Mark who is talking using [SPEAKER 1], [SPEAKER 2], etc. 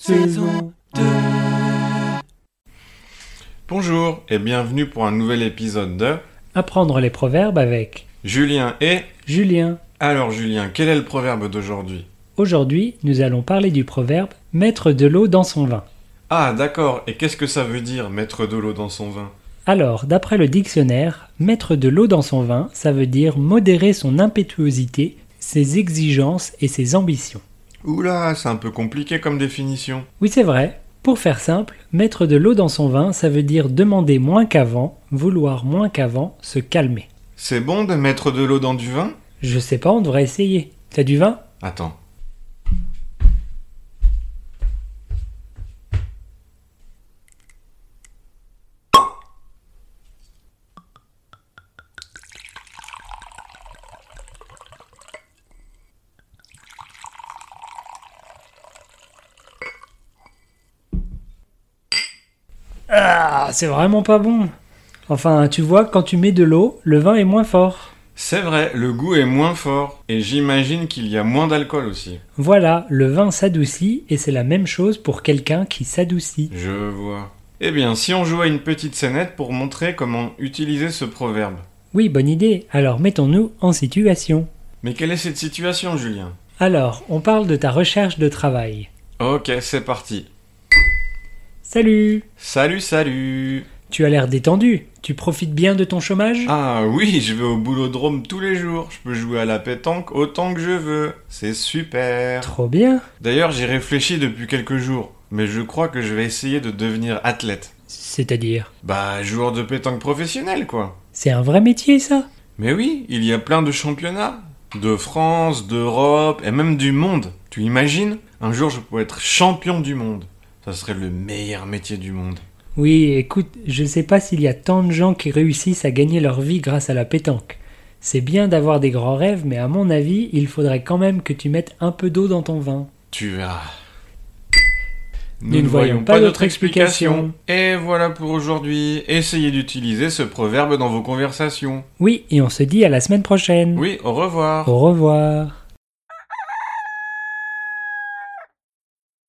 [SPEAKER 1] saison 2.
[SPEAKER 2] Bonjour et bienvenue pour un nouvel épisode de
[SPEAKER 1] Apprendre les proverbes avec
[SPEAKER 2] Julien et...
[SPEAKER 1] Julien.
[SPEAKER 2] Alors Julien, quel est le proverbe d'aujourd'hui
[SPEAKER 1] Aujourd'hui, nous allons parler du proverbe mettre de l'eau dans son vin.
[SPEAKER 2] Ah d'accord, et qu'est-ce que ça veut dire mettre de l'eau dans son vin
[SPEAKER 1] Alors, d'après le dictionnaire, mettre de l'eau dans son vin, ça veut dire modérer son impétuosité, ses exigences et ses ambitions.
[SPEAKER 2] Oula, c'est un peu compliqué comme définition.
[SPEAKER 1] Oui, c'est vrai. Pour faire simple, mettre de l'eau dans son vin, ça veut dire demander moins qu'avant, vouloir moins qu'avant, se calmer.
[SPEAKER 2] C'est bon de mettre de l'eau dans du vin
[SPEAKER 1] Je sais pas, on devrait essayer. T'as du vin
[SPEAKER 2] Attends.
[SPEAKER 1] Ah, c'est vraiment pas bon. Enfin, tu vois, quand tu mets de l'eau, le vin est moins fort.
[SPEAKER 2] C'est vrai, le goût est moins fort, et j'imagine qu'il y a moins d'alcool aussi.
[SPEAKER 1] Voilà, le vin s'adoucit et c'est la même chose pour quelqu'un qui s'adoucit.
[SPEAKER 2] Je vois. Eh bien, si on jouait une petite scénette pour montrer comment utiliser ce proverbe.
[SPEAKER 1] Oui, bonne idée. Alors mettons-nous en situation.
[SPEAKER 2] Mais quelle est cette situation, Julien
[SPEAKER 1] Alors, on parle de ta recherche de travail.
[SPEAKER 2] Ok, c'est parti.
[SPEAKER 1] Salut
[SPEAKER 2] Salut, salut
[SPEAKER 1] Tu as l'air détendu. Tu profites bien de ton chômage
[SPEAKER 2] Ah oui, je vais au boulodrome tous les jours. Je peux jouer à la pétanque autant que je veux. C'est super.
[SPEAKER 1] Trop bien.
[SPEAKER 2] D'ailleurs, j'y réfléchis depuis quelques jours. Mais je crois que je vais essayer de devenir athlète.
[SPEAKER 1] C'est-à-dire
[SPEAKER 2] Bah, joueur de pétanque professionnel, quoi.
[SPEAKER 1] C'est un vrai métier, ça
[SPEAKER 2] Mais oui, il y a plein de championnats. De France, d'Europe et même du monde. Tu imagines Un jour, je pourrais être champion du monde. Ça serait le meilleur métier du monde.
[SPEAKER 1] Oui, écoute, je ne sais pas s'il y a tant de gens qui réussissent à gagner leur vie grâce à la pétanque. C'est bien d'avoir des grands rêves, mais à mon avis, il faudrait quand même que tu mettes un peu d'eau dans ton vin.
[SPEAKER 2] Tu verras.
[SPEAKER 1] Nous ne voyons pas d'autre explication.
[SPEAKER 2] Et voilà pour aujourd'hui. Essayez d'utiliser ce proverbe dans vos conversations.
[SPEAKER 1] Oui, et on se dit à la semaine prochaine.
[SPEAKER 2] Oui, au revoir.
[SPEAKER 1] Au revoir.